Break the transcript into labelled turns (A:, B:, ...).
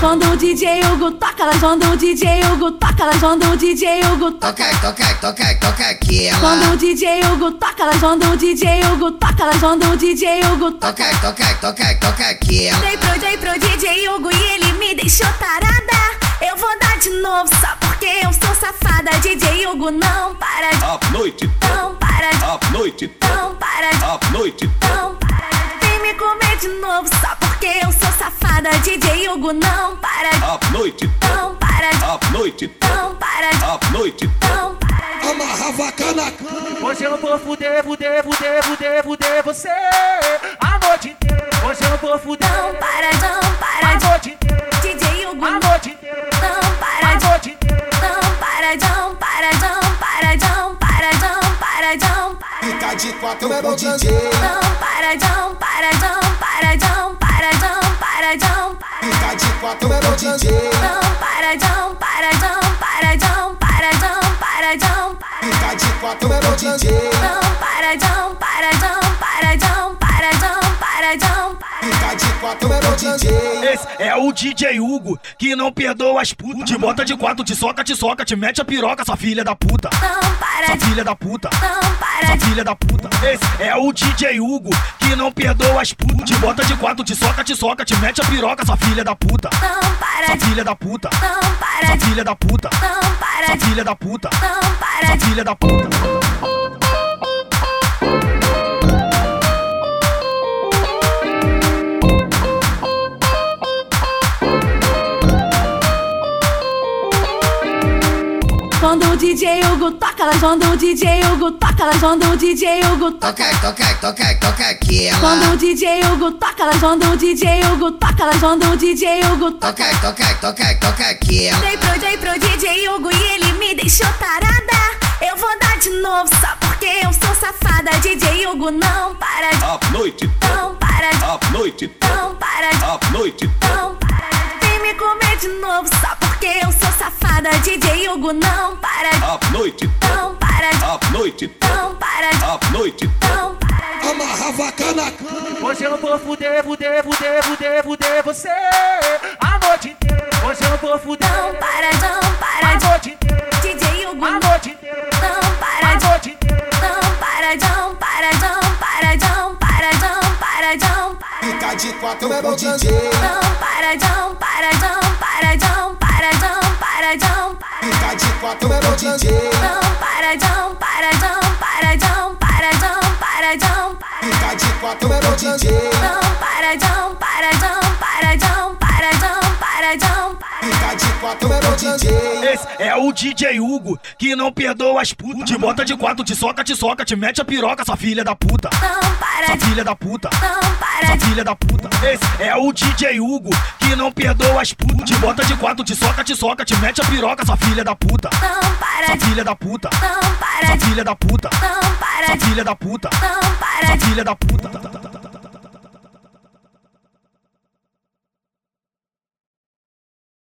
A: quando o DJ Hugo toca, elas vão do DJ Hugo toca, elas vão do DJ Hugo toca.
B: Toca, toca, toca, toca aqui,
A: Quando
B: ela.
A: o DJ Hugo toca, elas vão do DJ Hugo toca, elas vão do DJ Hugo toca.
B: Toca, toca, toca, toca aqui, ela.
A: Dei pro, dei pro DJ Hugo e ele me deixou tarada. Eu vou dar de novo só porque eu sou safada. DJ Hugo não para de,
C: A noite
A: não para de,
C: a noite
A: não para de,
C: a noite
A: não para de. Vem me comer de novo só porque eu sou safada. DJ Hugo não para de,
C: a noite
A: não para de,
C: a noite
A: não para de,
C: a noite
A: não para de.
D: Amarrava a cana.
E: Hoje eu vou fuder, fuder, fuder, fuder, fuder você a noite inteira. Hoje eu vou fuder
A: Não para de, não para
E: a
A: de.
E: noite inteira,
A: DJ Hugo
E: a
A: não
E: noite inteira,
A: para
E: a
A: de.
E: noite inteira.
A: Não para de, não para de, não para de, não para de, não para de, não para de.
D: Fica de quatro pro DJ.
A: Não, paradão, paradão, paradão, paradão, paradão, paradão.
D: Fica de quatro pro DJ.
A: Não, paradão, paradão, paradão, paradão, paradão. paradão.
D: Fica de quatro pro DJ.
A: Não, paradão, paradão, paradão, paradão, paradão. paradão.
D: Fica de quatro pro DJ.
F: Esse é o DJ Hugo, que não perdoa as putas. Te bota de quatro, te soca, te soca, te mete a piroca, sua filha da puta.
A: Não,
F: Sua
A: paradão,
F: filha da puta.
A: não,
F: Sua
A: paradão.
F: filha da puta. Esse é o DJ Hugo, que não perdoa as putas. Te bota de quatro, te soca, te soca, te mete a piroca, sua filha da puta.
A: Não,
F: Sua
A: paradão,
F: filha da puta.
A: não,
F: Sua
A: paradão,
F: filha da puta.
A: não,
F: Sua
A: paradão,
F: filha da puta.
A: não,
F: Sua
A: paradão.
F: filha da puta.
A: Quando o DJ Hugo toca, elas vão do DJ Hugo toca, elas vão do DJ Hugo toca.
B: Toca, toca, toca, toca aqui,
A: Quando
B: ela.
A: o DJ Hugo toca, elas vão do DJ Hugo toca, elas vão do DJ Hugo toca.
B: Toca, toca, toca, toca aqui,
A: Dei
B: ela.
A: pro, dei pro DJ Hugo e ele me deixou tarada. Eu vou dar de novo só porque eu sou safada. DJ Hugo não para de,
C: a noite
A: não para de,
C: a noite
A: não para de,
C: a noite
A: não para de. Vem me comer de novo só porque eu sou safada. DJ Hugo não para de,
C: a noite
A: não para de,
C: a noite
A: não para de,
C: a noite
A: não para de.
D: Amarrava a cana.
E: Hoje eu vou fuder, fuder, fuder, fuder, fuder você a noite inteira. Hoje eu vou fuder
A: Não para de, não para
E: a
A: de.
E: noite inteira,
A: DJ Hugo
E: a
A: não
E: noite inteira,
A: para
E: a
A: de.
E: noite inteira.
A: Não, paradão, paradão, paradão, paradão, paradão.
D: Fica de quatro pro DJ.
A: Não, paradão, paradão, paradão, paradão, paradão.
D: Fica de quatro pro DJ.
A: Não, paradão, paradão, paradão, paradão, paradão.
D: Fica de quatro pro DJ.
A: Não, paradão, paradão, paradão, paradão, paradão.
D: Fica de quatro pro DJ.
F: Esse é o DJ Hugo, que não perdoa as putas. Te bota de quatro, te soca, te soca, te mete a piroca, sua filha da puta.
A: Não,
F: Sua
A: paradão,
F: filha da puta.
A: não,
F: Sua
A: paradão.
F: filha da puta. Esse é o DJ Hugo, que não perdoa as putas. Te bota de quatro, te soca, te soca, te mete a piroca, sua filha da puta.
A: Não,
F: Sua
A: paradão,
F: filha da puta.
A: não,
F: Sua
A: paradão,
F: filha da puta.
A: não,
F: Sua
A: paradão,
F: filha da puta.
A: não,
F: Sua
A: paradão.
F: filha da puta.